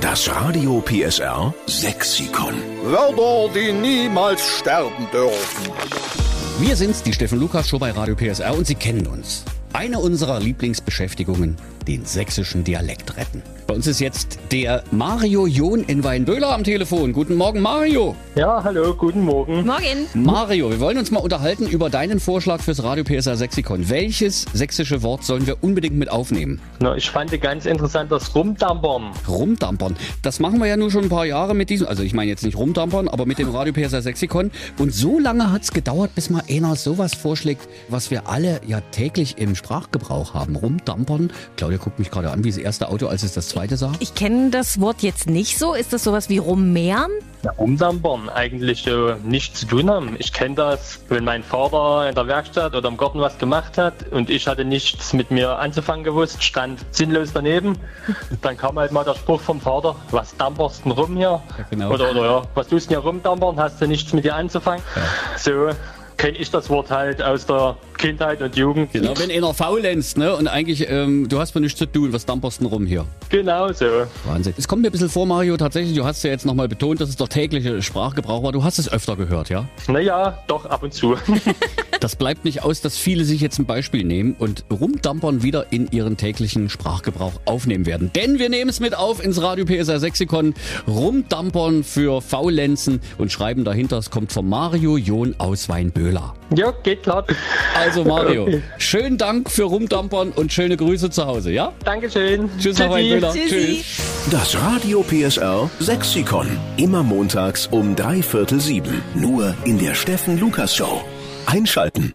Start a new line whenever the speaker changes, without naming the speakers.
Das Radio PSR Sexikon.
Wörter, die niemals sterben dürfen.
Wir sind's, die Steffen Lukas Show bei Radio PSR und Sie kennen uns. Eine unserer Lieblingsbeschäftigungen, den sächsischen Dialekt retten. Bei uns ist jetzt der Mario John in Weinböhler am Telefon. Guten Morgen, Mario.
Ja, hallo, guten Morgen.
Morgen.
Mario, wir wollen uns mal unterhalten über deinen Vorschlag fürs Radio PSR Sexikon. Welches sächsische Wort sollen wir unbedingt mit aufnehmen?
Na, ich fand ganz interessant das Rumdampern.
Rumdampern. Das machen wir ja nur schon ein paar Jahre mit diesem, also ich meine jetzt nicht rumdampern, aber mit dem Radio PSR Sexikon. Und so lange hat's gedauert, bis mal einer sowas vorschlägt, was wir alle ja täglich im Sprachgebrauch haben. Rumdampern. Claudia guckt mich gerade an, wie das erste Auto, als es das zweite sah.
Ich kenne das Wort jetzt nicht so. Ist das sowas wie rummehren?
Na, Rumdampern eigentlich äh, nichts zu tun haben. Ich kenne das, wenn mein Vater in der Werkstatt oder im Garten was gemacht hat und ich hatte nichts mit mir anzufangen gewusst, stand sinnlos daneben. Dann kam halt mal der Spruch vom Vater, was damperst denn rum hier?
genau.
Oder, oder ja, was tust denn hier rumdampern, hast du nichts mit dir anzufangen? So kenne ich das Wort halt aus der Kindheit und Jugend.
Genau, wenn einer faulenzt, ne? Und eigentlich, ähm, du hast mir nichts zu tun, was damperst denn rum hier?
Genau so.
Wahnsinn. Es kommt mir ein bisschen vor, Mario, tatsächlich, du hast ja jetzt nochmal betont, dass es doch täglicher Sprachgebrauch war. Du hast es öfter gehört, ja?
Naja, doch ab und zu.
Das bleibt nicht aus, dass viele sich jetzt ein Beispiel nehmen und rumdampern wieder in ihren täglichen Sprachgebrauch aufnehmen werden. Denn wir nehmen es mit auf ins Radio PSR Sexikon. Rumdampern für Faulenzen und schreiben dahinter, es kommt von Mario John aus Weinböhler.
ja, geht klar.
Also Mario, schönen Dank für Rumdampern und schöne Grüße zu Hause, ja?
Dankeschön.
Tschüss, Herr Weinböhler.
Tschüssi.
Das Radio PSR Sexikon. Immer montags um drei Viertel sieben. Nur in der Steffen Lukas Show. Einschalten.